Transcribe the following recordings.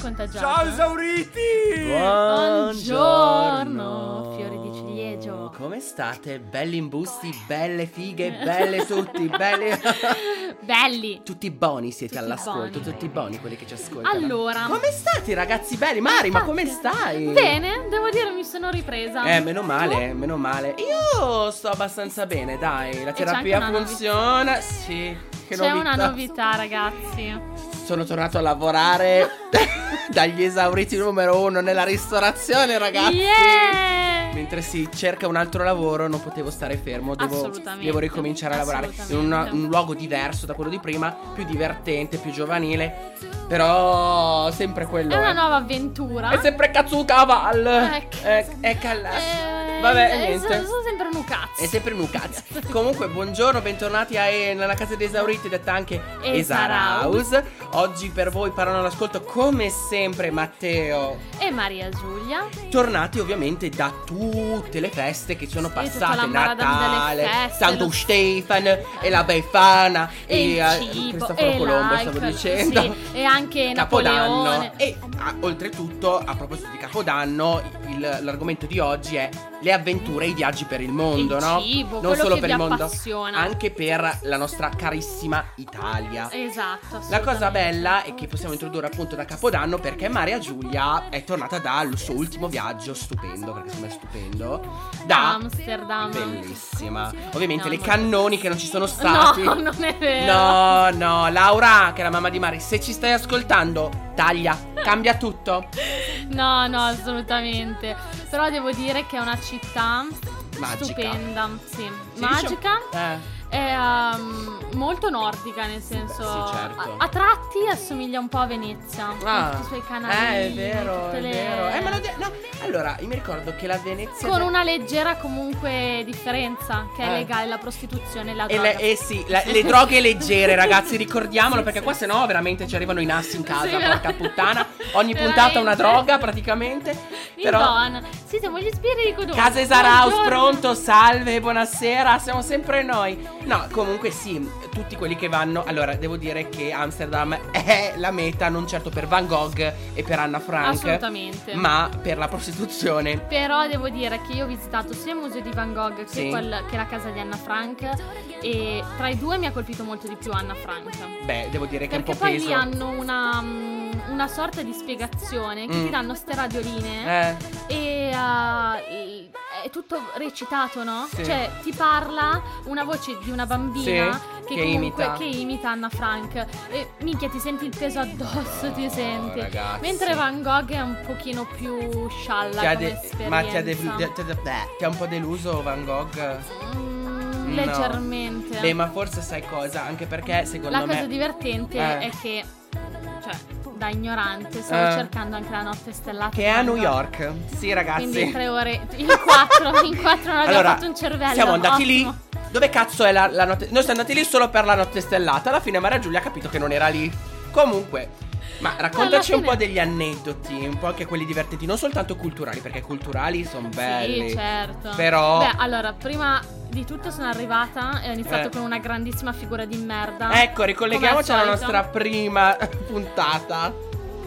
contagiato. Ciao esauriti! Buongiorno, fiori di ciliegio. Come state? Belli imbusti, belle fighe, belle tutti, belle... Belli. tutti buoni siete Tutti all'ascolto, buoni. tutti buoni quelli che ci ascoltano. Allora. Come state ragazzi belli? Mari, ma come stai? Bene, devo dire mi sono ripresa. Eh, meno male, meno male. Io sto abbastanza bene, dai. La c'è terapia anche una funziona. Sì. Che C'è una novità. novità, ragazzi. Sono tornato a lavorare dagli esauriti numero uno nella ristorazione, ragazzi. Yeah! Mentre si cerca un altro lavoro, non potevo stare fermo. Devo, Assolutamente. devo ricominciare a lavorare in una- Assolutamente. un luogo diverso da quello di prima, più divertente, più giovanile. Però sempre quello. È una eh. nuova avventura. È sempre Katsuka Val. Ecco. È, è Callas. Eh, Vabbè, eh, niente. Sono, sono sempre un cazzo. È sempre un cazzo. Comunque, buongiorno, bentornati a eh, nella casa dei esauriti, detta anche Esaraus. Esaraus. Oggi per voi parlano all'ascolto, come sempre, Matteo. E Maria Giulia. Tornati ovviamente da tutte le feste che sono Sì, tutta la passate: maradona delle Natale, feste, Santo lo- Stefano e la Befana E il eh, cibo, Cristoforo e Colombo, l'alcol, stavo dicendo. sì, e anche Capodanno. Napoleone. E ah, oltretutto, a proposito di Capodanno, il- l'argomento di oggi è le avventure e i viaggi per il mondo, il no? cibo, non quello solo che per vi il mondo, appassiona. anche per la nostra carissima Italia. Esatto. La cosa assolutamente. bella è che possiamo introdurre appunto da Capodanno perché Maria Giulia è tornata dal suo ultimo viaggio stupendo, perché sembra stupendo, da Amsterdam. bellissima. Ovviamente No, le no. cannoni che non ci sono stati. No, non è vero. No, no, Laura, che è la mamma di Mari, se ci stai ascoltando, taglia, cambia tutto. No, no, assolutamente. Però devo dire che è una città Magica. diciamo stupenda, sì. Si Magica. dice- Eh. È ehm, molto nordica, nel senso. Beh, sì, certo. a, a tratti assomiglia un po' a Venezia. con tutti i suoi canali. ah. Eh, è vero, tutte è le- vero. Eh, ma lo de- no, allora, io mi ricordo che la Venezia Con una leggera comunque differenza che è Eh. legale alla prostituzione e la E droga. le, eh sì, la- le droghe leggere, ragazzi, ricordiamolo, perché qua sennò veramente ci arrivano i nassi in casa, Sì, porca veramente. puttana. Ogni puntata una Veramente. droga, praticamente. Però. Però... Sì, siamo gli spiriti di Codone. Casa Esaraus, Buongiorno. pronto, salve, buonasera, siamo sempre noi. No, comunque sì, tutti quelli che vanno. Allora, devo dire che Amsterdam è la meta, non certo per Van Gogh e per Anna Frank, Assolutamente. ma per la prostituzione. Però devo dire che io ho visitato sia il museo di Van Gogh che, Sì. quel- che la casa di Anna Frank e tra i due mi ha colpito molto di più Anna Frank. Beh, devo dire che è un Perché po' poi peso. lì hanno una, mm, una sorta di spiegazione che Mm. ti danno ste radioline Eh, e eh, è tutto recitato, no? Sì. Cioè ti parla una voce di una bambina Sì, che, che comunque imita. che imita Anna Frank e minchia ti senti il peso addosso, ti Oh, senti. ragazzi. Mentre Van Gogh è un pochino più scialla Ti ha come de- esperienza. ma ti ha, de- ti ha de- beh, ti ha un po' deluso Van Gogh? Mm, No. Leggermente. Beh, ma forse sai cosa? Anche perché secondo la me. cosa divertente Eh. è che, cioè, da ignorante, stavo Eh. cercando anche la notte stellata. Che è a di Van New Gogh. York. Sì, Quindi ragazzi. tre ore, in quattro, in quattro non abbiamo Allora, fatto un cervello. Siamo andati ottimo. lì. Dove cazzo è la, la notte? Noi siamo andati lì solo per la notte stellata. Alla fine Maria Giulia ha capito che non era lì. Comunque, ma raccontaci alla un po' fine- degli aneddoti, un po' anche quelli divertenti, non soltanto culturali, perché culturali sono belli. Sì, certo. Però- Beh, allora, prima di tutto sono arrivata e ho iniziato Eh. con una grandissima figura di merda. Ecco, ricolleghiamoci Come alla al nostra solito. prima puntata.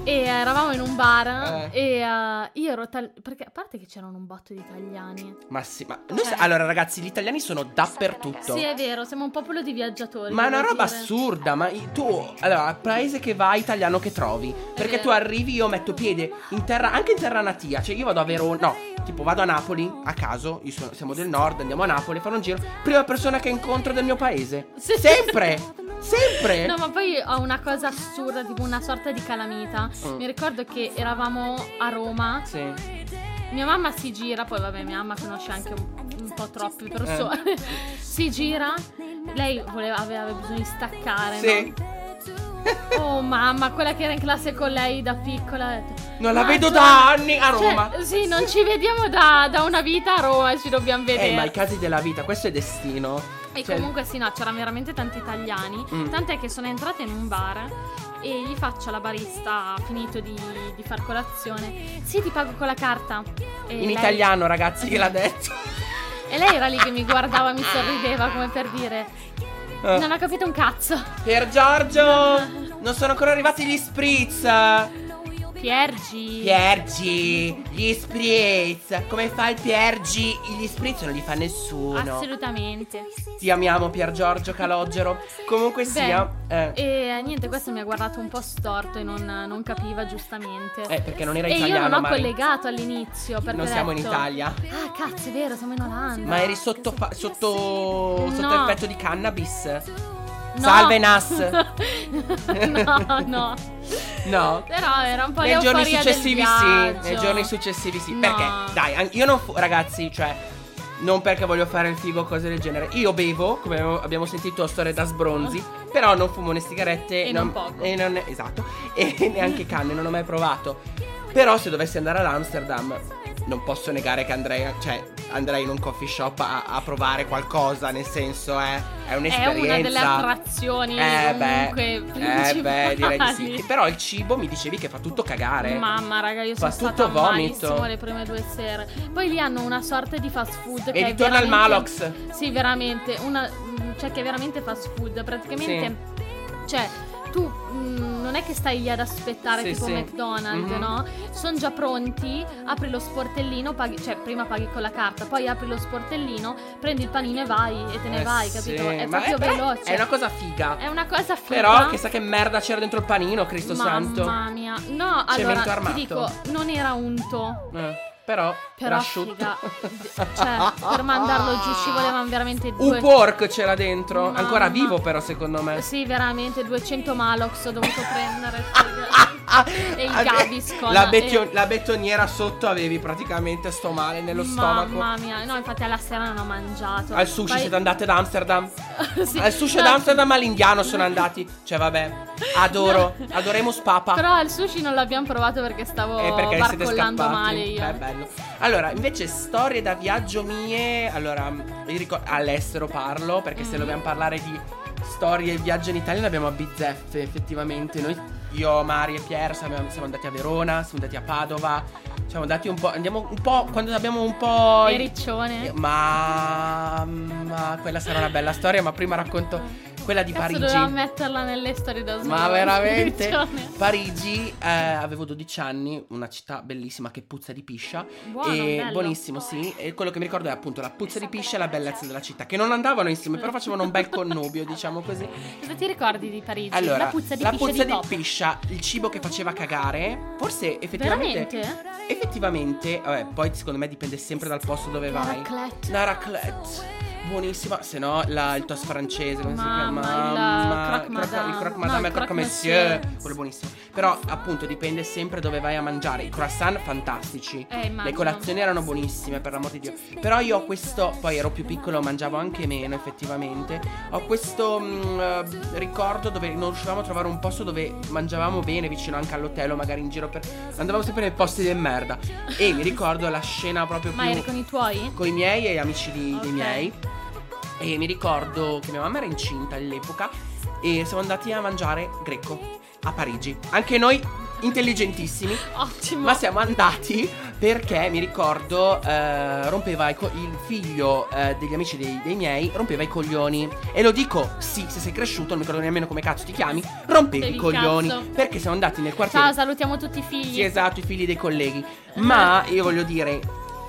E eravamo in un bar Eh. e eh, io ero tal- perché a parte che c'erano un botto di italiani. Ma sì, ma noi s- Eh. allora ragazzi, gli italiani sono dappertutto. Sì, è vero, siamo un popolo di viaggiatori. Ma è una devo roba eh, dire. assurda, ma i- tu, allora, paese che vai, italiano che trovi. Perché vero. tu arrivi, io metto piede in terra, anche in terra natia, cioè io vado a Verona, no, tipo vado a Napoli, a caso, io sono- siamo del nord, andiamo a Napoli, fare un giro, prima persona che incontro del mio paese. Sì. Sempre, sempre. No, ma poi ho una cosa assurda, tipo una sorta di calamita. Mm. Mi ricordo che eravamo a Roma. Sì. Mia mamma si gira, poi vabbè, mia mamma conosce anche un, un po' troppe Eh. persone. si gira, lei voleva, aveva bisogno di staccare. Sì. no? Oh mamma, quella che era in classe con lei da piccola. ha detto, Non la "Ma vedo Gio- da anni a cioè, Roma. sì, non ci vediamo da, da una vita a Roma, ci dobbiamo vedere. Eh, ma i casi della vita, questo è destino. E Cioè, comunque sì, no, c'erano veramente tanti italiani. Mm. Tant'è che sono entrata in un bar e gli faccio alla barista, ha finito di, di far colazione. Sì, ti pago con la carta. E In lei- italiano, ragazzi, gliel'ha detto. E lei era lì che mi guardava, mi sorrideva come per dire. Eh. Non ho capito un cazzo. Per Giorgio! Non sono ancora arrivati gli spritz! Piergi. Piergi, gli spritz. Come fa il Piergi? Gli spritz non li fa nessuno. Assolutamente. Ti amiamo Pier Giorgio Calogero. Comunque Beh, sia... eh, E eh, niente, questo mi ha guardato un po' storto e non, non capiva giustamente. eh, perché non era e italiano, io non ho Mari. collegato all'inizio perché Non ho siamo in detto, Italia. Ah, cazzo, è vero, siamo in Olanda. Ma eri sotto, fa- sotto, sotto No. effetto di cannabis? No. Salve Nas! no, no. No. Però era un po' Nei giorni l'euforia del successivi viaggio. sì, nei giorni successivi sì. No. Perché? Dai, an- io non fu- ragazzi, cioè non perché voglio fare il figo o cose del genere. Io bevo, come abbiamo- abbiamo sentito a storia da sbronzi, però non fumo né sigarette E non poco. e non- esatto, e neanche canne, non ho mai provato. Però se dovessi andare ad Amsterdam non posso negare che andrei, cioè, andrei in un coffee shop a, a provare qualcosa, nel senso, eh, è È un'esperienza. una delle attrazioni Eh comunque beh, eh principali. beh, direi di sì. Però il cibo mi dicevi che fa tutto cagare. Mamma raga, io Fa sono stata tutto vomito. malissimo le prime due sere. Poi lì hanno una sorta di fast food che E è ritorna al veramente- Malox. Sì, veramente, una mm, cioè che è veramente fast food, praticamente cioè tu mm, non è che stai lì ad aspettare Sì, tipo sì. McDonald's, Mhm. no? Sono già pronti, apri lo sportellino, paghi, cioè prima paghi con la carta, poi apri lo sportellino, prendi il panino e vai e te ne Eh vai, sì, capito? È ma proprio però veloce. È una cosa figa. È una cosa figa. Però chissà che merda c'era dentro il panino, Cristo santo. Mamma mia. No, allora Cemento armato. ti dico, non era unto. Eh, però, Però asciutto. figa. D- Cioè, per mandarlo giù ci volevano veramente Un due. pork c'era dentro, Mamma. ancora vivo però secondo me. Sì, veramente 200 Malox ho dovuto prendere. e il Ah, beh, Gaviscon. la, betio- e- la betoniera sotto avevi praticamente sto male nello stomaco. Mamma mia, no, infatti alla sera non ho mangiato. Al sushi Poi- siete andate ad Amsterdam? Sì, Al sushi no, ad Amsterdam all'indiano sono andati. Cioè vabbè, adoro, adoremus papa. Però al sushi non l'abbiamo provato perché stavo Eh, perché siete scappati. barcollando male io. Beh, bello. Allora, invece storie da viaggio mie, allora, io ricor- all'estero parlo, perché se Mm. dobbiamo parlare di storie e viaggio in Italia ne abbiamo a bizzeffe, effettivamente. Noi, io, Mari e Pier siamo, siamo andati a Verona, siamo andati a Padova, siamo andati un po', andiamo un po', quando abbiamo un po'... E riccione. Ma... ma quella sarà una bella storia, ma prima racconto quella di Cazzo, Parigi. dovevamo metterla nelle storie da sbaglio. Ma veramente Riccione. Parigi, eh, avevo 12 anni, una città bellissima che puzza di piscia. Buono, e bello. buonissimo, sì. E quello che mi ricordo è appunto la puzza di piscia e la bellezza della città, che non andavano insieme, però facevano un bel connubio, diciamo così. Cosa ti ricordi di Parigi? Allora, la puzza di la piscia puzza di di pop. piscia, il cibo che faceva cagare, forse effettivamente. Veramente? Effettivamente, vabbè, poi secondo me dipende sempre dal posto dove vai. Raclette. La raclette. Buonissima, se no la- il toast francese, come Mamma, si il chiama? croque madame. il croque No, madame il e il croque croque monsieur. monsieur. Quello buonissimo. Però appunto dipende sempre dove vai a mangiare. I croissant fantastici. Eh, immagino. Le colazioni erano buonissime, per l'amor di Dio. Però io ho questo, poi ero più piccolo, mangiavo anche meno effettivamente. Ho questo mm, eh, ricordo dove non riuscivamo a trovare un posto dove mangiavamo bene, vicino anche all'hotel o magari in giro per... Andavamo sempre nei posti di merda. E mi ricordo la scena proprio più Ma eri con i tuoi? con i miei e gli amici di- Ok. dei miei. E mi ricordo che mia mamma era incinta all'epoca e siamo andati a mangiare greco a Parigi. Anche noi intelligentissimi, Ottimo. ma siamo andati perché mi ricordo eh, rompeva i co- il figlio eh, degli amici dei, dei miei rompeva i coglioni. E lo dico, sì, se sei cresciuto, non mi ricordo nemmeno come cazzo ti chiami, rompevi Rompevi il i coglioni cazzo. perché siamo andati nel quartiere Ciao, salutiamo tutti i figli. sì, esatto, i figli dei colleghi. Ma io voglio dire,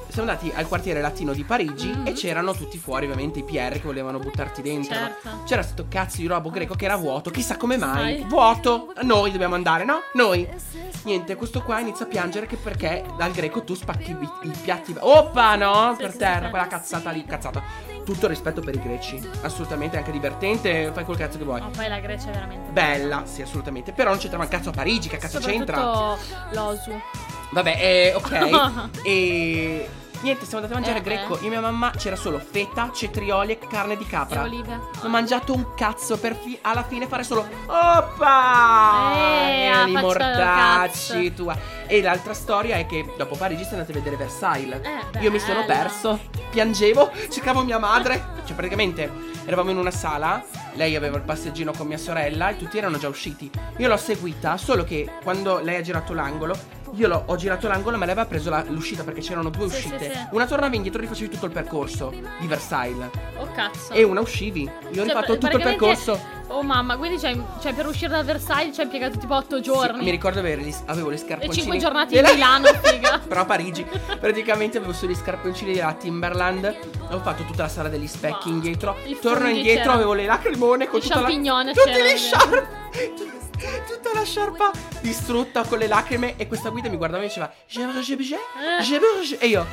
siamo andati al quartiere latino di Parigi Mhm. e c'erano tutti fuori, ovviamente, i PR che volevano buttarti dentro. Certo. C'era sto cazzo di robo greco che era vuoto, chissà come mai. Sai. Vuoto, noi dobbiamo andare, no? Noi. Niente, questo qua inizia a piangere che perché dal greco tu spacchi i, i piatti. Oppa, no? Sì, Per sì, terra, sì. quella cazzata lì, cazzata. Tutto rispetto per i greci. Assolutamente, anche divertente, fai quel cazzo che vuoi. Oh, poi la Grecia è veramente Bella, sì, assolutamente. Però non c'entrava un cazzo a Parigi, che cazzo Soprattutto c'entra? l'osu. Vabbè, eh, ok. e niente, siamo andati a mangiare Eh, greco. eh. Io e mia mamma c'era solo feta, cetrioli e carne di E capra. olive. Ho mangiato un cazzo per fi- alla fine fare solo Oppa! Eh, E ah, li faccio mortacci cazzo. tua. E l'altra storia è che dopo Parigi siamo andati a vedere Versailles. Eh, Io mi sono bello. perso, piangevo, cercavo mia madre. Cioè, praticamente eravamo in una sala, lei aveva il passeggino con mia sorella e tutti erano già usciti. Io l'ho seguita, solo che quando lei ha girato l'angolo, Io l'ho, ho girato l'angolo, ma lei aveva preso la- l'uscita perché c'erano due Sì, sì, uscite. sì. Una tornavi indietro e rifacevi tutto il percorso di Versailles. Oh cazzo. E una uscivi. Io ho Cioè, rifatto tutto il praticamente- percorso. Oh mamma, quindi c'hai- cioè, per uscire da Versailles ci hai impiegato tipo 8 giorni. Sì, mi ricordo avere gli- avevo le scarponcine. cinque giornate della- in Milano, figa. Però a Parigi. Praticamente avevo solo gli scarponcini della Timberland. Ho fatto tutta la sala degli specchi Wow. indietro. Ah, Il Torno funghi indietro, c'era. avevo le lacrimone con Il tutta la. champignone Tutti c'era, gli vero? sciarp. Tutta la sciarpa distrutta con le lacrime. E questa guida mi guardava e diceva: Je veux, je veux, je Eh. veux, je veux, je veux." E io.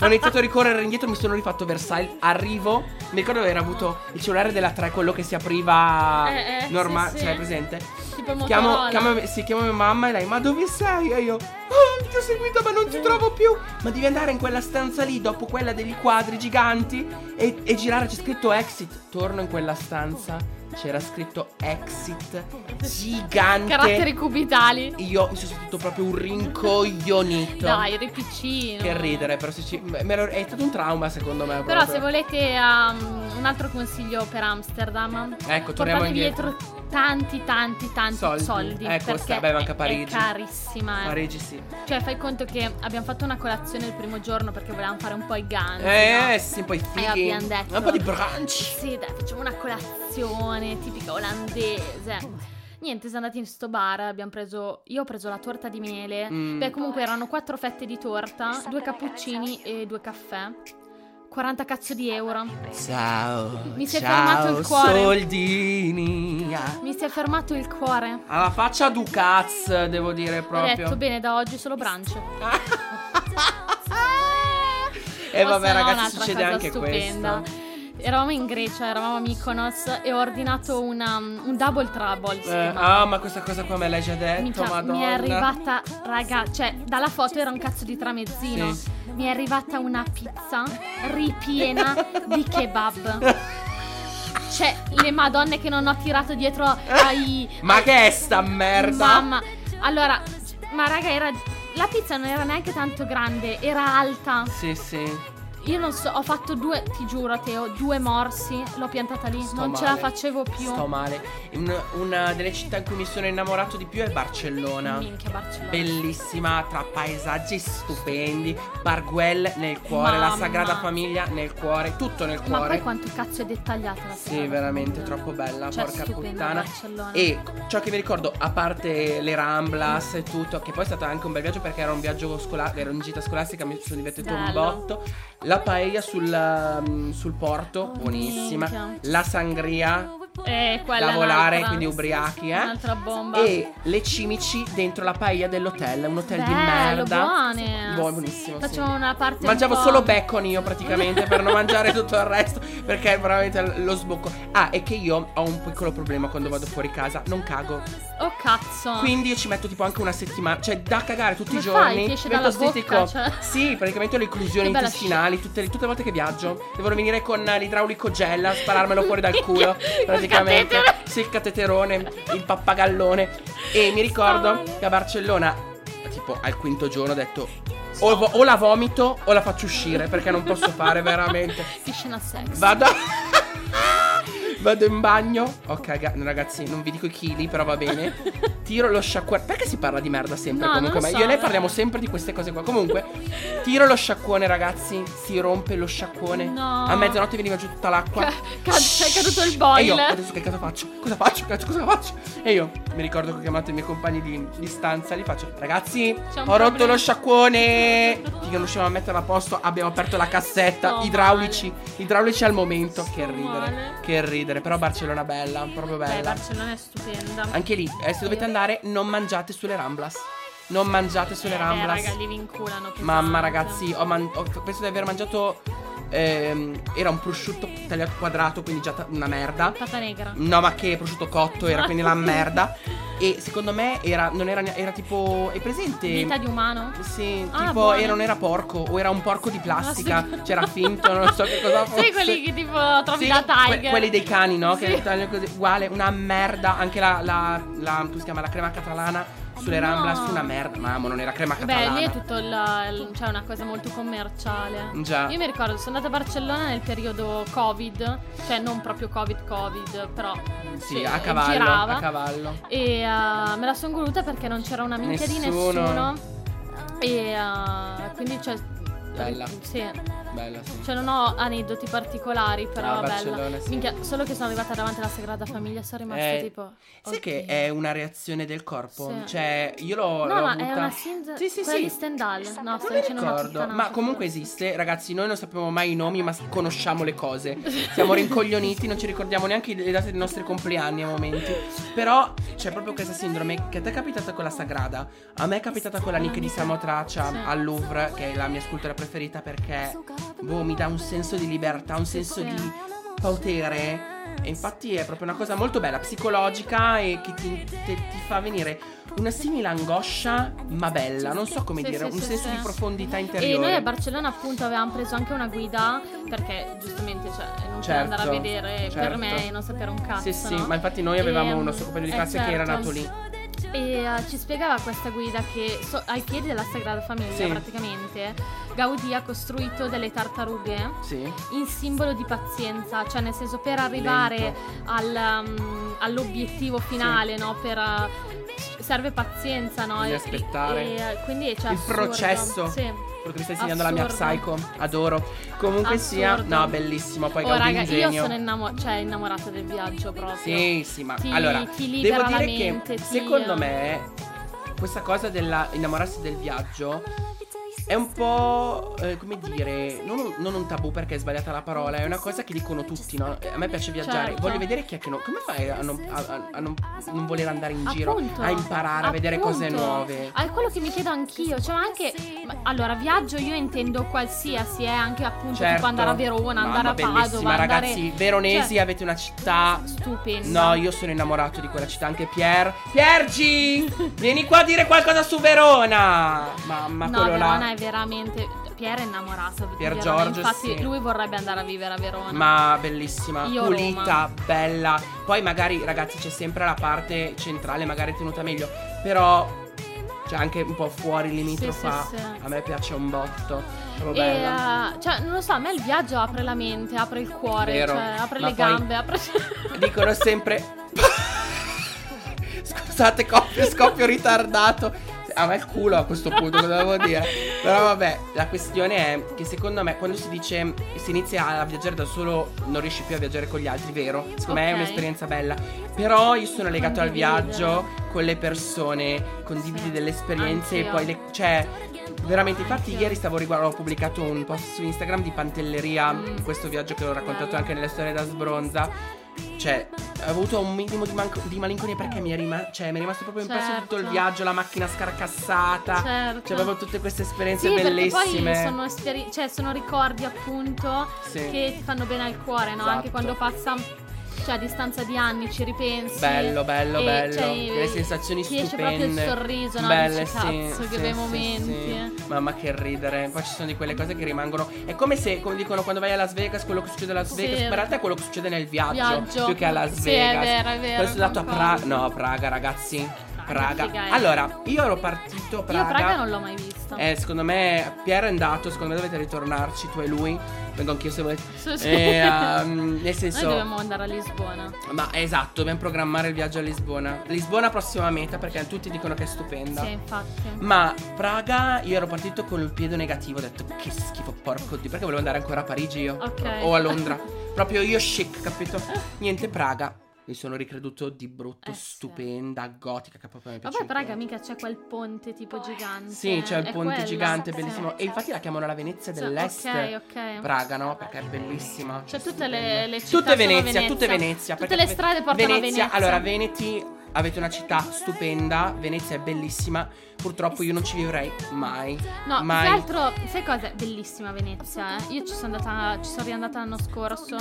Ho iniziato a ricorrere indietro, mi sono rifatto Versailles. Arrivo. Mi ricordo di aver avuto il cellulare della 3, quello che si apriva Eh, eh, normale. sì, sì. Cioè, hai presente? Tipo Chiamo, Motorola. chiamo- sì, chiamo mia mamma e lei, ma dove sei? E io, oh, ti ho seguito ma non ti trovo più. Ma devi andare in quella stanza lì, dopo quella degli quadri giganti, e, e girare, c'è scritto exit. Torno in quella stanza, c'era scritto exit gigante. Caratteri cubitali. Io mi sono sentito proprio un rincoglionito. Dai, eri piccino. Che ridere, però se ci- me lo- è stato un trauma secondo me. Però proprio. se volete um, un altro consiglio per Amsterdam, Ecco, torniamo portatevi indietro. dietro tanti tanti tanti Soldi. soldi, Ecco, perché sta- beh, anche a è- Parigi. è carissima. eh. Parigi sì. Cioè, fai conto che abbiamo fatto una colazione il primo giorno perché volevamo fare un po' i ganzi. Eh, no? sì, poi E fighi. abbiamo detto Un po' di brunch. Sì, dai, facciamo una colazione tipica olandese. Niente, siamo andati in sto bar, abbiamo preso io ho preso la torta di mele. Mm. Beh, comunque erano quattro fette di torta, due cappuccini e due caffè. 40 cazzo di euro. Ciao. Mi si è ciao, fermato il cuore. Soldini. Mi si è fermato il cuore. Alla faccia Ducats, devo dire Ho proprio. detto bene, da oggi solo brunch. e O Eh, vabbè, se no, ragazzi, un'altra succede cosa anche stupenda. questo. Eravamo in Grecia, eravamo a Mykonos e ho ordinato una- un double trouble. si Eh, chiama. ah, ma questa cosa qua me l'hai già detto, Minchia, madonna. mi è arrivata, raga, cioè dalla foto era un cazzo di tramezzino. Sì. Mi è arrivata una pizza ripiena di kebab. Cioè, le madonne che non ho tirato dietro ai. ma ai- che è sta merda? Mamma. Allora, ma raga, era. La pizza non era neanche tanto grande, era alta. Sì, sì. Io non so, ho fatto due, ti giuro, Teo, due morsi. L'ho piantata lì, Sto non ce male. la facevo più. Sto male. Un- una delle città in cui mi sono innamorato di più è Barcellona. Minchia, Barcellona. Bellissima, tra paesaggi stupendi, Barguel nel cuore, la Mamma. Sagrada Famiglia nel cuore, tutto nel Ma poi cuore. quanto cazzo è dettagliata la Sì, strada, veramente comunque. troppo bella, Cioè, porca stupenda puttana. Barcellona. E ciò che mi ricordo, a parte le Ramblas e tutto, che poi è stato anche un bel viaggio perché era un viaggio scolastico, era un gita scolastica, mi sono divertito un Bello. botto. La paella sul, um, sul porto, buonissima. minchia. La sangria, Eh, quella da è volare, un'altra. quindi ubriachi, eh. Un'altra bomba. e le cimici dentro la paella dell'hotel, un hotel di Bello, merda. buone. Buon- buonissimo. sì. Facciamo una parte Mangiavo un po'- solo bacon io praticamente per non mangiare tutto il resto perché è veramente lo sbocco. Ah, è che io ho un piccolo problema quando vado fuori casa, non cago. Oh cazzo. Quindi io ci metto tipo anche una settimana, cioè da cagare tutti Come i fai? giorni. Ti esce divento dalla bocca, stitico. cioè. Sì, praticamente ho le inclusioni Che bella intestinali tutte, le- tutte le volte che viaggio. Devono venire con l'idraulico gel a spararmelo fuori dal culo. Il Praticamente. catetere. Sì, il cateterone, il pappagallone. E mi ricordo Sto male. che a Barcellona, tipo al quinto giorno, ho detto. O, vo- o la vomito o la faccio uscire perché non posso fare veramente. Che scena sex. Vado. Vado in bagno. Ho cagato. Ragazzi, non vi dico i chili, però va bene. Tiro lo sciacquone. Perché si parla di merda sempre? No, comunque, non ma lo so, io e lei eh. parliamo sempre di queste cose qua. Comunque, tiro lo sciacquone, ragazzi. Si rompe lo sciacquone. No. A mezzanotte veniva giù tutta l'acqua. Ca- ca- è caduto il E io, boiler. adesso che cosa faccio? Cosa faccio? Cazzo, cosa faccio? E io mi ricordo che ho chiamato i miei compagni di, di stanza. Li faccio, ragazzi, ho C'è un rotto problema." lo sciacquone. Io non riusciamo a metterla a posto. Abbiamo aperto la cassetta. Sto idraulici. Idraulici al momento. Sto che ridere. male. Che ridere. Però Barcellona bella, proprio Beh, bella. Barcellona è stupenda. Anche lì, eh, se dovete andare, non mangiate sulle Ramblas. Non mangiate sulle Eh, Ramblas. raga, lì vi inculano. pesante. Mamma ragazzi, ho man- ho- penso di aver mangiato... ehm, era un prosciutto tagliato quadrato, quindi già ta- una merda. Pata negra. No, ma che prosciutto cotto era, quindi la merda. E secondo me era, non era, ne- era tipo. È presente? Vita di umano. Sì, Ah, tipo, buono. era- non era porco, o era un porco di plastica. No, sì. C'era finto, non so che cosa fosse. Sai quelli che tipo trovi Sì, da que- Tiger. quelli dei cani, no? Che Sì. tagliano così. Uguale, una merda. Anche la, la, la- come si chiama? La crema catalana. sulle Ramblas, Oh, No. una merda. Mamma, non era crema Beh, catalana. lì è tutto il. il- c'è una cosa molto commerciale. Già. Io mi ricordo, sono andata a Barcellona nel periodo Covid, cioè non proprio Covid Covid, però Sì, cioè, a cavallo, girava a cavallo. e eh, me la sono voluta perché non c'era una minchia di Nessuno. nessuno e eh, quindi cioè Bella. sì, Bella, sì. cioè non ho aneddoti particolari, però Ah, bella. Barcellona, sì. Minchia, solo che sono arrivata davanti alla Sagrada Famiglia sono rimasta Eh, tipo Sai che oddio. è una reazione del corpo? Sì. Cioè, io l'ho, No, l'ho ma avuta... è una sinza Sì, sì, quella sì. di Stendhal. No, sto Non mi dicendo una ricordo, puttanata. ma comunque esiste, ragazzi, noi non sappiamo mai i nomi, ma s- conosciamo le cose. Siamo rincoglioniti, non ci ricordiamo neanche i- le date dei nostri compleanni a momenti. Però c'è proprio questa sindrome che a te è capitata con la Sagrada, a me è capitata con la Nick di Samotracia Sì. al Louvre, che è la mia scultura preferita perché boh, mi dà un senso di libertà, un senso Sì. di potere. E infatti è proprio una cosa molto bella, psicologica e che ti, te- ti fa venire una simile angoscia, ma bella, non so come Sì, dire, sì, un sì, senso sì. di profondità interiore. E noi a Barcellona appunto avevamo preso anche una guida perché giustamente cioè, non Certo, per andare a vedere per certo. me e non sapere un cazzo. Sì, sì, no? ma infatti noi avevamo Ehm, un nostro compagno di eh, classe che era certo. nato lì. E eh, ci spiegava questa guida che so- ai piedi della Sagrada Famiglia Sì. praticamente Gaudì ha costruito delle tartarughe Sì. in simbolo di pazienza, cioè nel senso per arrivare Lento. al, um, all'obiettivo finale, no? Per, uh, serve pazienza, no? Devi E- aspettare. e, uh, quindi, cioè, Il assurdo. processo. Sì. Quello che mi sta insegnando la mia Assurdo. psycho, adoro. Comunque sia, Assurdo. no, bellissimo. Poi Oh, Gaudì raga, io ingegno. sono innamo- cioè, innamorata del viaggio proprio. Sì, sì, ma Ti- allora ti libera devo la dire mente, che ti- eh. secondo me questa cosa dell'innamorarsi del viaggio è un po' eh, come dire, non un, non un tabù perché è sbagliata la parola, è una cosa che dicono tutti, no? Eh, A me piace viaggiare, Certo. voglio vedere chi è che non come fai a non, a- a- a non- non voler andare in giro, uh, Appunto, a imparare, a vedere cose appunto. nuove. Ah, È quello che mi chiedo anch'io. Cioè, ma anche. ma- allora, viaggio io intendo qualsiasi, eh, anche appunto tipo andare a Verona, Certo. Mamma, andare a bellissima, Padova. andare- ragazzi, veronesi cioè, avete una città stupenda. No, io sono innamorato di quella città, anche Pier. Piergi! Vieni qua a dire qualcosa su Verona! Mamma, no, quello Verona là. è veramente. Pier è innamorato di Pier Verona, Giorgio, Infatti, sì. lui vorrebbe andare a vivere a Verona. Ma bellissima, Io pulita, Roma. bella. Poi magari, ragazzi, c'è sempre la parte centrale, magari tenuta meglio. Però c'è anche un po' fuori limitrofa. Sì, sì, sì. A me piace un botto. Proprio E, bella. eh, cioè, non lo so, a me il viaggio apre la mente, apre il cuore, Vero, cioè, apre ma le poi- gambe, apre. Dicono sempre. Scusate, coppio, scoppio ritardato. A me il culo a questo punto, cosa devo dire? Però vabbè, la questione è che secondo me quando si dice si inizia a viaggiare da solo non riesci più a viaggiare con gli altri, vero? Secondo me è Ok. un'esperienza bella. Però io sono legato al Condividere. viaggio con le persone, condividi Sì, delle esperienze e anch'io. poi le... Cioè, veramente, infatti Anch'io. ieri stavo riguardo, ho pubblicato un post su Instagram di Pantelleria, Mm. questo viaggio che ho raccontato Bello. anche nelle storie da sbronza. Cioè, ho avuto un minimo di, manco- di malinconia perché mi è, rima- cioè, mi è rimasto proprio impresso Certo. tutto il viaggio, la macchina scarcassata. Certo. Cioè, avevo tutte queste esperienze Sì, perché bellissime. poi sono, esperi- cioè, sono ricordi appunto Sì. che ti fanno bene al cuore, no? Esatto. Anche quando passa, cioè a distanza di anni ci ripensi. Bello, bello, e, bello. cioè, Delle sensazioni ti esce stupende. proprio il sorriso, no? Belle, Dici, sì, "Cazzo, che sì, bei sì, momenti". eh." sì. Mamma che ridere. Poi ci sono di quelle cose che rimangono. È come se, come dicono, quando vai a Las Vegas, quello che succede a Las Sì. Vegas, in realtà è quello che succede nel viaggio, Viaggio. più che a Las Sì, è Vegas. vero, è vero, Poi sono andato a Praga. concordo. No, a Praga, ragazzi. Praga. figa, eh. Allora, io ero partito Praga. Io Praga non l'ho mai vista. Eh, secondo me Piero è andato, secondo me dovete ritornarci, tu e lui. Vengo anch'io se volete. Sì, sì. Eh, ehm, nel Noi senso. dobbiamo andare a Lisbona. Ma esatto, dobbiamo programmare il viaggio a Lisbona. Lisbona prossima meta perché tutti dicono che è stupenda. Sì, infatti. Ma Praga, io ero partito con il piede negativo, ho detto che schifo, porco dio, perché volevo andare ancora a Parigi io Ok. Ah. o a Londra. Proprio io chic, capito? Niente Praga. Mi sono ricreduto di brutto, Eh, sì. stupenda, gotica, che proprio mi piace. Vabbè, un Praga, po'. mica c'è quel ponte tipo gigante. Sì, c'è il È ponte quello? gigante, Sì. bellissimo. E infatti la chiamano la Venezia Sì, dell'Est. Ok, ok. Praga, no? Perché è bellissima. Cioè, tutte le- le città Tutte sono Venezia, Venezia. tutte Venezia. Tutte perché le Ve- strade portano a Venezia. Allora, Veneti avete una città stupenda, Venezia è bellissima. Purtroppo io non ci vivrei mai. No, più mai. che altro, sai cosa? Bellissima Venezia, eh. Io ci sono andata, ci sono riandata l'anno scorso.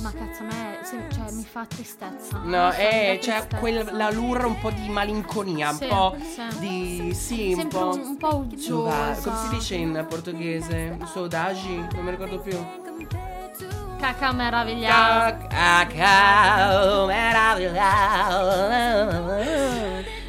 Ma cazzo, a me se- cioè, mi fa tristezza. No, Mi fa eh, mega c'è tristezza. quella lurra un po' di malinconia, Sì, un po' sì. di. Sì, un Sempre po'. un, un po' Giova- uggiosa. Come si dice in portoghese? Sodagi? Non mi ricordo più. Caca meravigliata.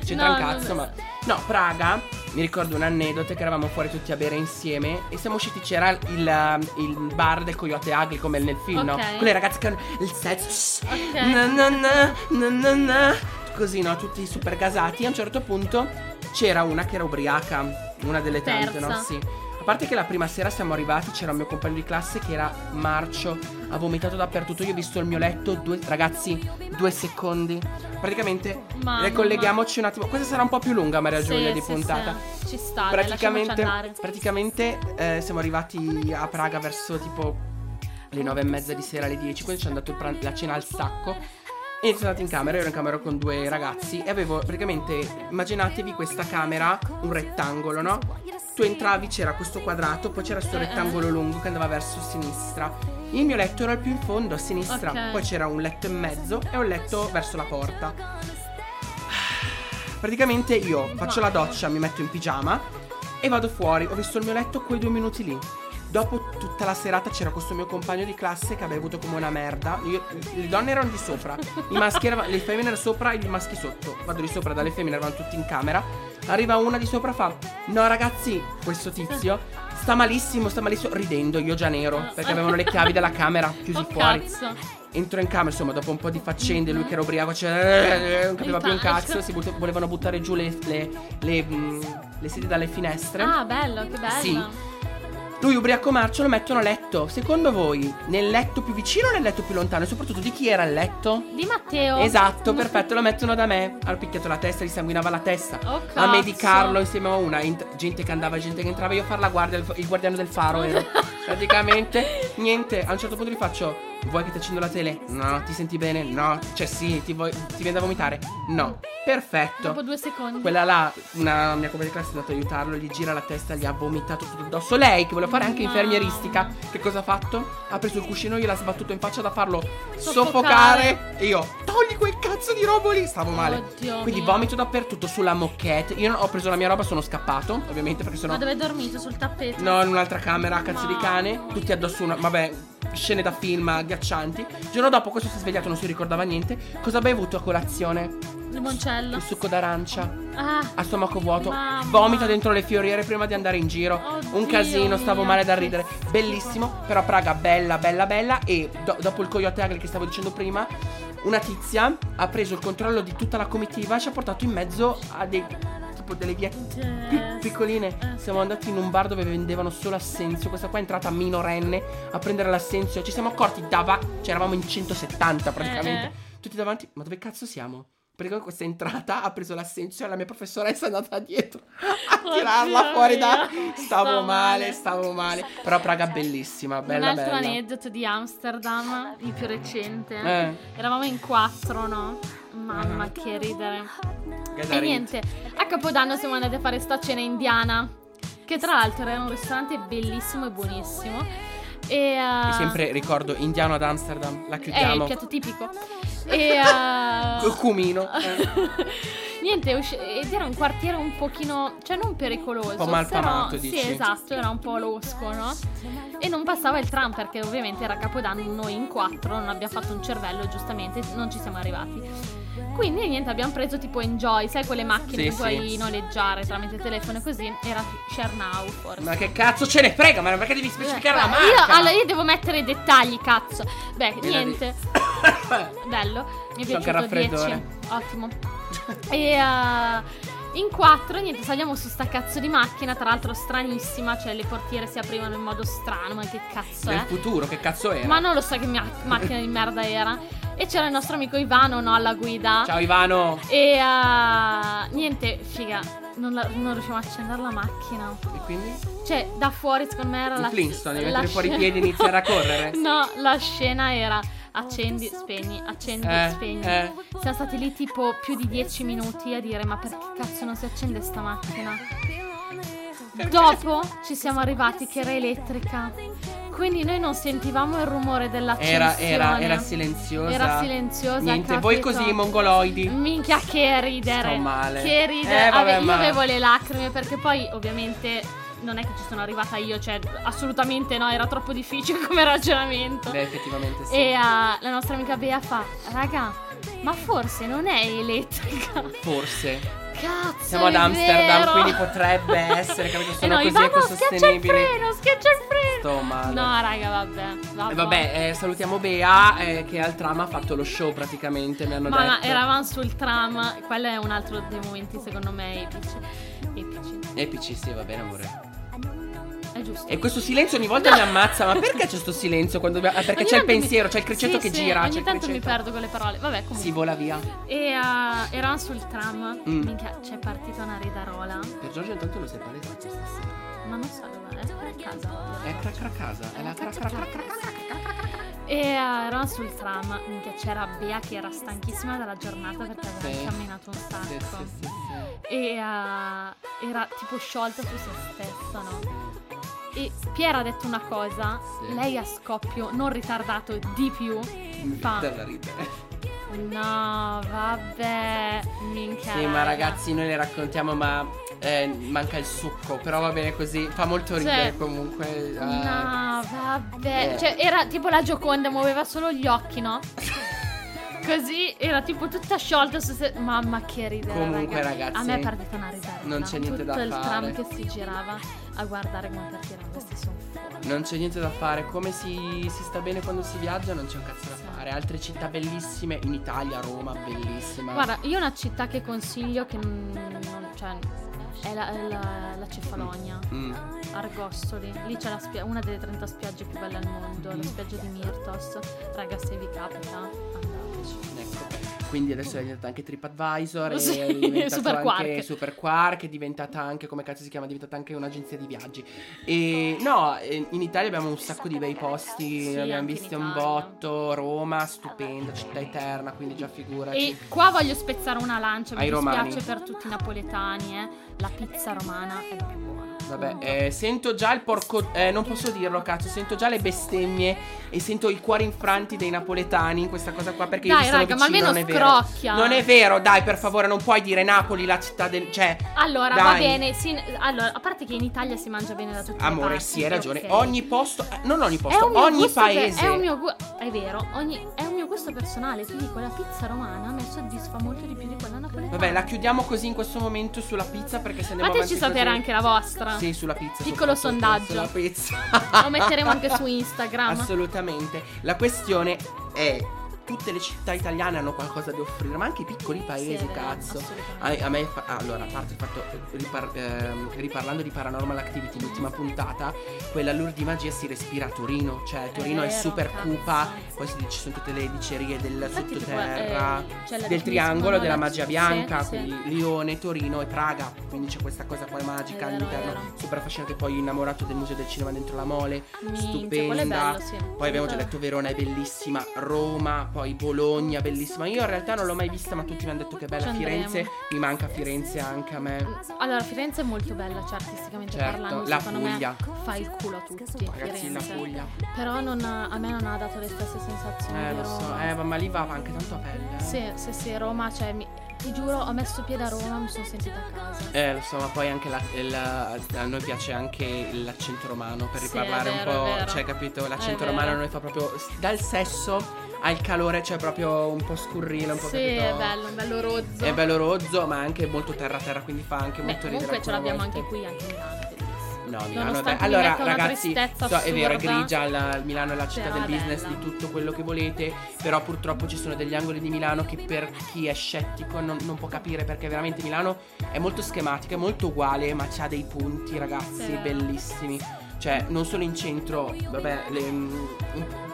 C'entra un No, cazzo, non- ma. No, Praga, mi ricordo un aneddoto che eravamo fuori tutti a bere insieme e siamo usciti, c'era il, um, il bar del Coyote Ugly come nel film, no? Ok. Con le ragazze che hanno il sesso. Ok. Na, na, na, na, na, na. Così, no? Tutti super gasati. A un certo punto c'era una che era ubriaca, una delle tante, Terza. no? Sì. A parte che la prima sera siamo arrivati, c'era un mio compagno di classe che era marcio, ha vomitato dappertutto. Io ho visto il mio letto, due, ragazzi, due secondi. Praticamente, Mamma. ricolleghiamoci un attimo. Questa sarà un po' più lunga, Maria Sì, Giulia, di sì, puntata. sì. Ci sta, dai, lasciamoci andare. Praticamente, praticamente, eh, siamo arrivati a Praga verso tipo le nove e mezza di sera, alle 10. Quindi ci hanno dato il pran- la cena al sacco. E sono andato in camera, io ero in camera con due ragazzi e avevo praticamente, immaginatevi questa camera, un rettangolo, no? Tu entravi, c'era questo quadrato, poi c'era questo Eh, eh. rettangolo lungo che andava verso sinistra. Il mio letto era il più in fondo, a sinistra. Ok. Poi c'era un letto in mezzo e un letto verso la porta. Praticamente io faccio la doccia, mi metto in pigiama e vado fuori. Ho visto il mio letto quei due minuti lì. Dopo tutta la serata c'era questo mio compagno di classe che aveva avuto come una merda. Io- le donne erano di sopra, i maschi erano- le femmine erano sopra e i maschi sotto. Vado di sopra dalle femmine, erano tutti in camera. Arriva una di sopra e fa: No, ragazzi, questo tizio sta malissimo, sta malissimo. Ridendo, io già nero, perché avevano le chiavi della camera chiusi Oh, fuori. cazzo. Entro in camera, insomma, dopo un po' di faccende, lui che era ubriaco, cioè, eh, non capiva più un cazzo, si butta- volevano buttare giù le, le, le, mm, le sedie dalle finestre. Ah, bello, che bello. Sì. Lui ubriaco marcio lo mettono a letto. Secondo voi, nel letto più vicino o nel letto più lontano? E soprattutto di chi era il letto? Di Matteo. Esatto, perfetto, lo mettono da me. Ha picchiato la testa, gli sanguinava la testa. Oh, cazzo. a medicarlo insieme a una. int- gente che andava, gente che entrava, io a fare la guardia, il, il guardiano del faro ero. Praticamente, niente. A un certo punto gli faccio. Vuoi che ti accendo la tele? No, ti senti bene? No, cioè sì, ti, vuoi- ti viene da vomitare? No. Perfetto. Dopo due secondi. Quella là, una mia compagna di classe è andata ad aiutarlo, gli gira la testa, gli ha vomitato tutto addosso. Lei, che voleva fare anche Mamma. infermieristica, che cosa ha fatto? Ha preso il cuscino, gliel'ha sbattuto in faccia da farlo Soffocare. soffocare. E io, togli quel cazzo di robo lì! Stavo male. Oddio Quindi mio. vomito dappertutto sulla moquette. Io ho preso la mia roba, sono scappato, ovviamente, perché sennò. Ma dove hai dormito? Sul tappeto? No, in un'altra camera, cazzo di cane. Mamma. Tutti addosso una. Vabbè, scene da film agghiaccianti. Il giorno dopo questo si è svegliato, non si ricordava niente. Cosa ha bevuto a colazione? Limoncello. Il succo d'arancia Ah. a stomaco vuoto, Mamma. vomita dentro le fioriere prima di andare in giro. Oddio un casino, stavo mio, male da che ridere. schifo. Bellissimo, però Praga bella, bella, bella. E do- dopo il coyote ugly che stavo dicendo prima, una tizia ha preso il controllo di tutta la comitiva e ci ha portato in mezzo a dei tipo delle vie pic- Yes. piccoline. Eh. Siamo andati in un bar dove vendevano solo assenzio. Questa qua è entrata minorenne a prendere l'assenzio. Ci siamo accorti dava. Cioè, eravamo in 170 praticamente. Eh, eh. Tutti davanti. Ma dove cazzo siamo? Perché questa entrata ha preso l'assenzio e la mia professoressa è andata dietro a Oddio tirarla fuori da. mio. Stavo Stavo male, male. stavo male. Però Praga bellissima, un bella altro bella. aneddoto di Amsterdam, il più recente. Eh. Eravamo in quattro, no? Mamma, Mhm. che ridere. Gaza E Rit. niente, a Capodanno siamo andati a fare sta cena indiana, che tra l'altro era un ristorante bellissimo e buonissimo. E, eh, E sempre ricordo indiano ad Amsterdam, la è il chiudiamo. piatto tipico. E, eh, Col cumino. eh. Niente, usci- ed era un quartiere un pochino, cioè non pericoloso, Un po' malfamato, però, dici? Sì, esatto, era un po' losco, no? E non passava il tram perché ovviamente era Capodanno, noi in quattro non abbiamo fatto un cervello, giustamente non ci siamo arrivati. Quindi niente, abbiamo preso tipo Enjoy, sai quelle macchine Sì, che puoi sì. noleggiare tramite telefono e così, era Chernau forse. Ma che cazzo ce ne frega? Ma perché devi specificare la Beh, marca? Eh, Io, allora, io devo mettere i dettagli, cazzo. Beh, Gliela niente. Bello, mi è C'ho anche il piaciuto 10. raffreddore. Ottimo. E eh, in quattro, niente, saliamo su sta cazzo di macchina, tra l'altro stranissima, cioè le portiere si aprivano in modo strano, ma che cazzo Nel è? futuro, che cazzo era? Ma non lo so che mia- macchina di merda era. E c'era il nostro amico Ivano, no, alla guida. Ciao Ivano! E eh, niente, figa, non, la- non riusciamo a accendere la macchina. E quindi? Cioè, da fuori, secondo me era Un la. Flintstone, devi la mettere fuori i scena- piedi e iniziare a correre. no, la scena era accendi, spegni, accendi, Eh, spegni. eh. Siamo stati lì tipo più di 10 minuti a dire: Ma perché cazzo non si accende sta macchina? Dopo ci siamo arrivati che era elettrica. Quindi noi non sentivamo il rumore dell'accensione. Era, era, era silenziosa. Era silenziosa, Niente, capito? voi così mongoloidi. Minchia che ridere. Sto male. Che ridere. Eh, vabbè, Ave- io ma- avevo le lacrime perché poi ovviamente non è che ci sono arrivata io, cioè assolutamente no, era troppo difficile come ragionamento. Beh, effettivamente sì. E eh, la nostra amica Bea fa, raga, ma forse non è elettrica. Forse. Cazzo, Siamo è ad Amsterdam, vero. quindi potrebbe essere, capito, sono eh no, così Ivana, schiaccia il ecosostenibili. freno, schiaccia il freno. Sto male. No, raga, vabbè. E vabbè, eh, salutiamo Bea eh, che al tram ha fatto lo show praticamente, mi hanno Ma, ma detto. eravamo sul tram, quello è un altro dei momenti secondo me epici. Epici. Epici, Eh, sì, va bene, amore. È giusto. E questo silenzio ogni volta mi ammazza, ma perché c'è sto silenzio quando dobbiamo... ah, perché Ogni c'è il tanto mi- pensiero, c'è il criceto Sì, che sì, gira, c'è Ogni il tanto mi criceto. perdo con le parole. Vabbè, comunque. Si vola via. Per E eh, eravamo sul tram. Mm. Minchia, c'è partita una ridarola. Giorgio intanto lo sei palesato stasera. Ma non so dove è, a casa. È cracra casa, è la cracra E eh, eravamo sul tram. Minchia, c'era Bea che era stanchissima dalla giornata perché aveva Sì. camminato un sacco. Sì, sì, sì, sì. e eh, era tipo sciolta su se stessa, no? E Piera ha detto una cosa, Sì. Mm. lei a scoppio, non ritardato di più, Mi fa viene da ridere. no, vabbè, minchia. Sì, ma ragazzi, noi le raccontiamo, ma eh, manca il succo. Però va bene così. Fa molto ridere Cioè, comunque. eh. No, vabbè. Eh. Cioè, era tipo la Gioconda, muoveva solo gli occhi, no? Così era tipo tutta sciolta su se- Mamma che ridere Comunque, raga. ragazzi, A me è partita una ridere non c'è niente da Tutto fare. il tram che si girava a guardare come tirano Questi sono fuori Non c'è niente da fare, come si, si sta bene quando si viaggia non c'è un cazzo da fare. Altre città bellissime in Italia, Roma, bellissima. Guarda, io una città che consiglio che non, non- cioè, è la, è la- la Cefalonia, Mm. Argostoli. Lì c'è la spia- una delle 30 spiagge più belle al mondo, la spiaggia di Myrtos. Raga, se vi capita, andateci. Ecco. Quindi adesso è diventata anche TripAdvisor e Sì, è diventato Super anche Quark. Super Quark, è diventata anche, come cazzo si chiama, è diventata anche un'agenzia di viaggi. E no, eh, in Italia abbiamo un sacco di bei posti, Sì, ne abbiamo anche in visti un Italia. botto, Roma, stupenda, città eterna, quindi già figuraci. E qua voglio spezzare una lancia, mi Ai romani. dispiace per tutti i napoletani, eh. La pizza romana è la più buona. Vabbè, eh, sento già il porco. eh, non posso dirlo, cazzo. Sento già le bestemmie e sento i cuori infranti dei napoletani in questa cosa qua. Perché io Dai, vi sono raga, ma vicino, almeno non è vero. scrocchia. Non è vero, dai, per favore, non puoi dire Napoli la città del. cioè. Allora, dai. va bene, sì, allora, a parte che in Italia si mangia bene da tutte le Amore, parti. sì, hai ragione. ok. Ogni posto, eh, non ogni È posto, un mio ogni gusto per- paese. è un mio gu- è vero, ogni- è un mio gusto personale. Ti dico, la pizza romana mi soddisfa molto di più di quella napoletana. Vabbè, la chiudiamo così in questo momento sulla pizza perché se ne andiamo Fateci avanti sapere così. anche la vostra. Sì, sulla pizza. Piccolo soprattutto, sondaggio. Sulla pizza. Lo metteremo anche su Instagram. Assolutamente. La questione è tutte le città italiane hanno qualcosa da offrire, ma anche i piccoli paesi, Sì, è vero, cazzo. assolutamente. A, a me fa- ah, allora, a parte il fatto ripar- ehm, riparlando di Paranormal Activity l'ultima puntata, quella lure di magia si respira a Torino, cioè Torino è, vero, super cazzo. cupa, poi si dice ci sono tutte le dicerie del Infatti, tipo, sottoterra, eh, c'è la- del triangolo no, della la- magia sì, bianca, sì. quindi Lione, Torino e Praga, quindi c'è questa cosa qua magica È vero, è all'interno, vero. super affascinante, poi innamorato del museo del cinema dentro la mole, Ah, Minchia, quello è stupenda. bello, sì. Poi abbiamo già detto Verona è bellissima, Roma, poi Bologna bellissima. Io in realtà non l'ho mai vista, ma tutti mi hanno detto che è bella Ci andremo. Firenze. Mi manca Firenze anche a me. Allora, Firenze è molto bella, cioè artisticamente Certo, parlando, la secondo Puglia. me fa il culo a tutti. Ragazzi, la Firenze. Puglia. Però non ha- a me non ha dato le stesse sensazioni Eh, di lo so, Roma. eh, ma lì va anche tanto a pelle. eh. Sì, sì, sì, Roma, cioè, mi- ti giuro, ho messo piede a Roma, mi sono sentita a casa. Eh, lo so, ma poi anche la- la- a noi piace anche l'accento romano per Sì, riparlare è vero, un è po', vero. cioè, capito? L'accento È vero. romano a noi fa proprio dal sesso al calore, cioè proprio un po' scurrile, un po' sì, capito? è bello, un bello rozzo. È bello rozzo, ma anche molto terra-terra, quindi fa anche Beh, molto ridere. comunque ce alcune l'abbiamo volte. anche qui, anche a Milano, è bellissimo. No, Milano è Nonostante bella. mi Allora, metta una ragazzi, tristezza so, è vero, è assurda. grigia, la- Milano è la città Però del è business, bella. di tutto quello che volete, però purtroppo ci sono degli angoli di Milano che per chi è scettico non, non può capire perché veramente Milano è molto schematica, è molto uguale, ma c'ha dei punti, ragazzi, Sì. bellissimi. Cioè, non solo in centro, vabbè, le- mm,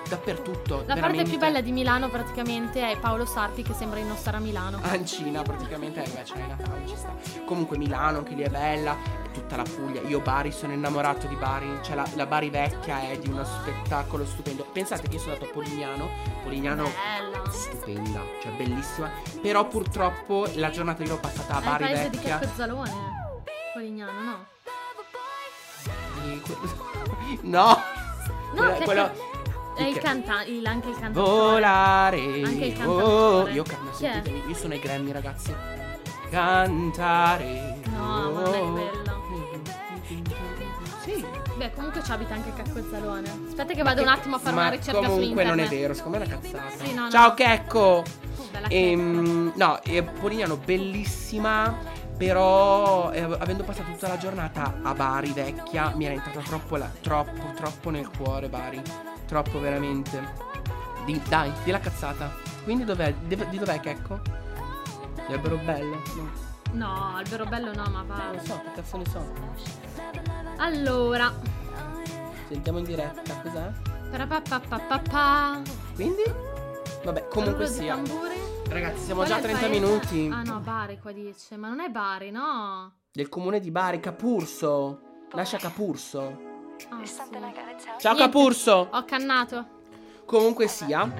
dappertutto. La parte veramente. più bella di Milano praticamente è Paolo Sarpi che sembra di non stare a Milano. Ah, Ancina praticamente, eh, beh, c'è Natale, ci sta. Comunque Milano, anche lì è bella, è tutta la Puglia. Io Bari sono innamorato di Bari, cioè la, la Bari vecchia è di uno spettacolo stupendo. Pensate che io sono andato a Polignano, Polignano Bella. stupenda, cioè bellissima, però purtroppo la giornata io l'ho passata a È il Bari paese di vecchia. Caspezzalone. Polignano, no? E que- no! No, Quella- che- quello- È il Che- canta- il- anche il cantante. Volare. Anche il Oh, cantautore. io canto, Chi è? sentitemi, io sono ai Grammy, ragazzi. Cantare. Oh. No, ma non è quello. Sì. Beh, comunque ci abita anche Caccozzalone. Aspetta che Ma vado un che- attimo a fare ma una ricerca su internet. Comunque non è vero, secondo me è una cazzata. Sì, no, no. Ciao Checco. Bella Ehm, no, e Polignano bellissima. Però eh, avendo passato tutta la giornata a Bari vecchia mi era entrata troppo, la- troppo, troppo nel cuore Bari. Troppo veramente. Di- dai, di la cazzata. Quindi dov'è? Di, di dov'è Checco? Albero bello? No. No, albero bello no, ma Non va. lo so, che cazzo ne so. Allora, Sentiamo in diretta, cos'è? parapapapapapà. Quindi? Vabbè, comunque Rullo di sia. tamburi. Ragazzi, siamo Qual già è a il 30 paese? minuti. Ah no, Bari qua dice, ma non è Bari, no. Del comune di Bari, Capurso. Lascia Capurso. Ah, sì. Ciao Niente. Oh. Capurso! Ho cannato. Comunque sia,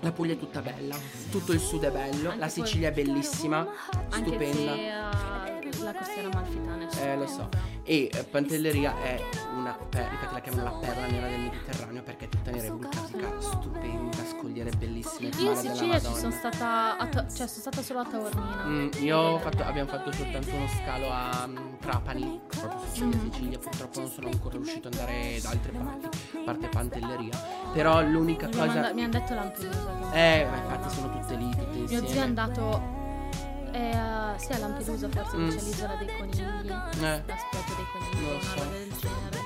la Puglia è tutta bella. Tutto il sud è bello. Anche la poi- Sicilia è bellissima. Anche Stupenda. se eh, la costiera amalfitana è Eh, lo so. E eh, Pantelleria è una perla, infatti la chiamano la perla nera del Mediterraneo perché è tutta nera e vulcanica, stupenda, scogliere bellissime, il Io in mare della Sicilia ci sono Madonna. stata, a To- cioè sono stata solo a Taormina. Mm, io ho fatto- abbiamo fatto soltanto uno scalo a mm, Trapani, proprio su Mm. Sicilia, Sicilia. Purtroppo non sono ancora riuscito ad andare da altre parti, a parte Pantelleria. Però l'unica Mi cosa. manda- mi hanno detto Lampedusa. che- Eh, ma infatti sono tutte lì, tutte insieme. Mio zio è andato eh, sì, a Lampedusa, forse Mm. c'è l'isola dei conigli. Eh. L'aspetto dei conigli, Non lo una so. roba del genere.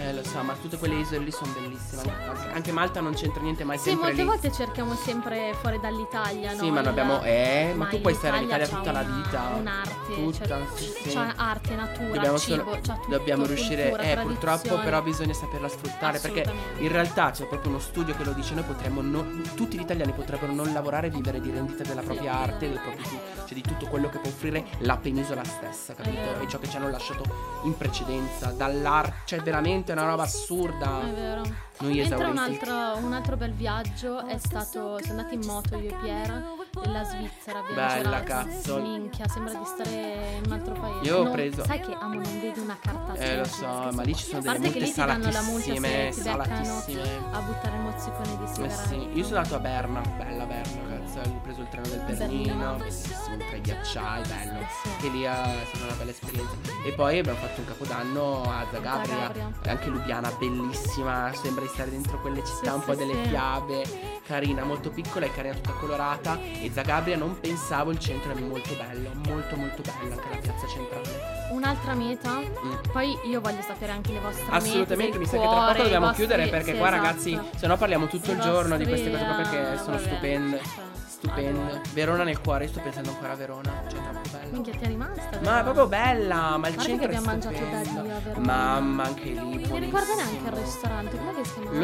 Eh, lo so, ma tutte quelle isole lì sono bellissime. Anche, anche Malta non c'entra niente, ma è Sì, sempre molte lì. volte cerchiamo sempre fuori dall'Italia, no? Sì, ma noi abbiamo. Eh, ma tu puoi stare in Italia all'Italia tutta la vita. Un'arte, Tutta, cioè, sì, sì. c'è arte, natura, Dobbiamo, cibo, solo- c'è tutto, dobbiamo riuscire, cultura, eh, purtroppo, tradizioni. però bisogna saperla sfruttare perché Assolutamente. in realtà c'è proprio uno studio che lo dice: noi potremmo, non- tutti gli italiani potrebbero non lavorare e vivere di rendita della propria arte, del proprio, cioè di tutto quello che può offrire la penisola stessa, capito? vero. E ciò che ci hanno lasciato in precedenza, dall'arte, cioè veramente è una roba È assurda. vero. Noi Mentre un esauristi. altro, un altro bel viaggio è stato. Siamo andati in moto io e Piera nella Svizzera. Abbiamo Bella, girato. cazzo. Minchia, sembra di stare in un altro paese. Io ho Non- preso- Sai che amo, non vedi una carta Eh, lo so, francesca, ma lì ci sono A delle parte che multe lì ti danno la multa salatissime, se ti beccano salatissime. a buttare il mozzicone di Eh sigara. sì, io sono andato a Berna, bella Berna, cazzo, ho preso il treno del Bernino, Bernino. bellissimo, tra i ghiacciai, bello. Sì. Che lì eh, è stata una bella esperienza. E poi abbiamo fatto un capodanno a Zagabria, Zagabria. e anche Lubiana, bellissima, sembra di stare dentro quelle città Sì, un po' sì, delle sì. fiabe, carina, molto piccola e carina tutta colorata. E Zagabria non pensavo, il centro è molto bello, molto molto bello, anche la piazza centrale. Un'altra meta. Mm. Poi io voglio sapere anche le vostre Assolutamente, mete. mi del sa che tra cuore, poco dobbiamo i vostri- chiudere perché sì, qua esatto. ragazzi, se no parliamo tutto I il giorno di queste vostri, cose qua perché ah, sono vabbè, stupende. cioè, Stupende. allora. Verona nel cuore, io sto pensando ancora a Verona, cioè è troppo bella. Minchia, ti è rimasta? Ma è vero? proprio bella, ma il Guarda centro che abbiamo è mangiato da stupendo. Dio, vero? Mamma, anche lì. Non mi ricordo buonissimo. neanche il ristorante, come che si chiamava?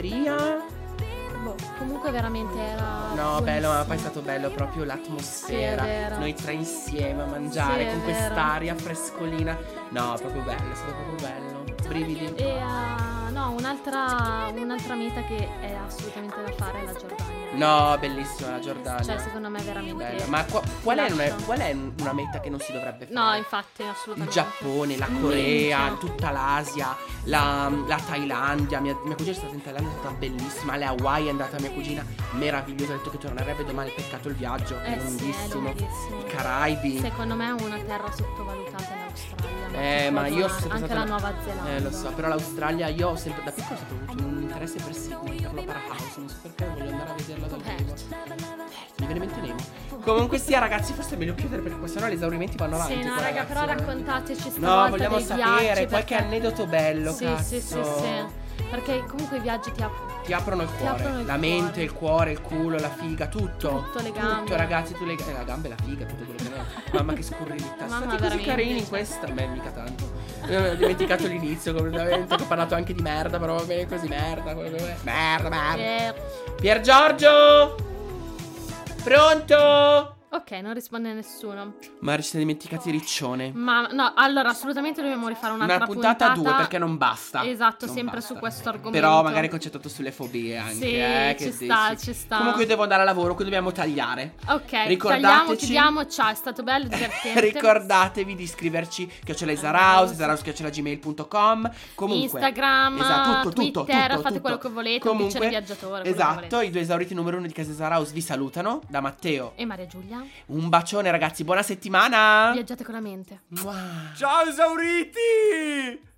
L'osteria? Boh, comunque veramente era No, bello, ma poi è buonissimo. stato bello proprio l'atmosfera. Sì, è vero. Noi tre insieme a mangiare Sì, è vero. con quest'aria frescolina. No, proprio bello, è stato proprio bello. Brividi. E Diciamo eh, no, un'altra, un'altra meta che è assolutamente da fare è la Giordania. No, bellissima la Giordania. Cioè, secondo me è veramente Bella. Ma qua- qual, è una, Lascia. qual è una meta che non si dovrebbe fare? No, infatti, il assolutamente. Giappone, la Corea, Minchia. tutta l'Asia, la, la Thailandia. Mia, mia cugina è stata in Thailandia, è stata bellissima. Le Hawaii è andata mia cugina, meravigliosa. Ha detto che tornerebbe domani. Peccato il viaggio, è Eh sì, è lunghissimo. lunghissimo. I Caraibi. Secondo me è una terra sottovalutata l'Australia. non Eh, so ma cosa, io ho ma sempre anche pensato- la Nuova Zelanda. Eh, lo so, però l'Australia io ho sempre, da piccolo ho sempre avuto un interesse per Sydney, per l'Opera House, non so perché voglio andare a vederla dal vivo. Coperto. Mi viene in mente Nemo. Comunque sia, ragazzi, forse è meglio chiudere perché qua sennò gli esaurimenti vanno avanti. Sì, no, qua, raga, ragazzi, però veramente. raccontateci stavolta No, vogliamo dei sapere viaggi, qualche perché- aneddoto bello, Sì, cazzo. sì, sì, sì. Perché comunque i viaggi ti aprono. Ti aprono il Ti cuore, aprono il la cuore. mente, il cuore, il culo, la figa, tutto. Tutto, le gambe. Tutto, ragazzi, tu le gambe, la gamba e la figa, tutto quello che è. Mamma che scurrilità. Mamma, Sono stati così veramente, carini in cioè. questa. Beh, mica tanto. Eh, Ho dimenticato l'inizio completamente, che ho parlato anche di merda, però va bene così, merda, quello Eh. che è. Merda, merda. Pier Giorgio! Pronto? Ok, non risponde nessuno. Ma ci siamo dimenticati Riccione. Ma no, allora assolutamente dobbiamo rifare un'altra Una puntata a due perché non basta. Esatto, Non sempre basta. su questo argomento. Però magari concentrato sulle fobie anche. Sì, eh, ci che sta, dici. ci sta. Comunque io devo andare a lavoro, qui dobbiamo tagliare. Ok, tagliamo, Ricordateci- chiudiamo. Ciao, è stato bello, divertente. Ricordatevi di iscriverci chiocciola Isarouse, Isarouse chiocciola gmail.com. Comunque Esatto. Instagram, esatto, tutto, tutto, Twitter, tutto, fate tutto. quello che volete, un Comunque, piccolo viaggiatore. quello che Esatto, volete. i due esauriti numero uno di Casa Isarouse vi salutano da Matteo. E Maria Giulia, Un bacione ragazzi, buona settimana. viaggiate con la mente. Mua. Ciao esauriti!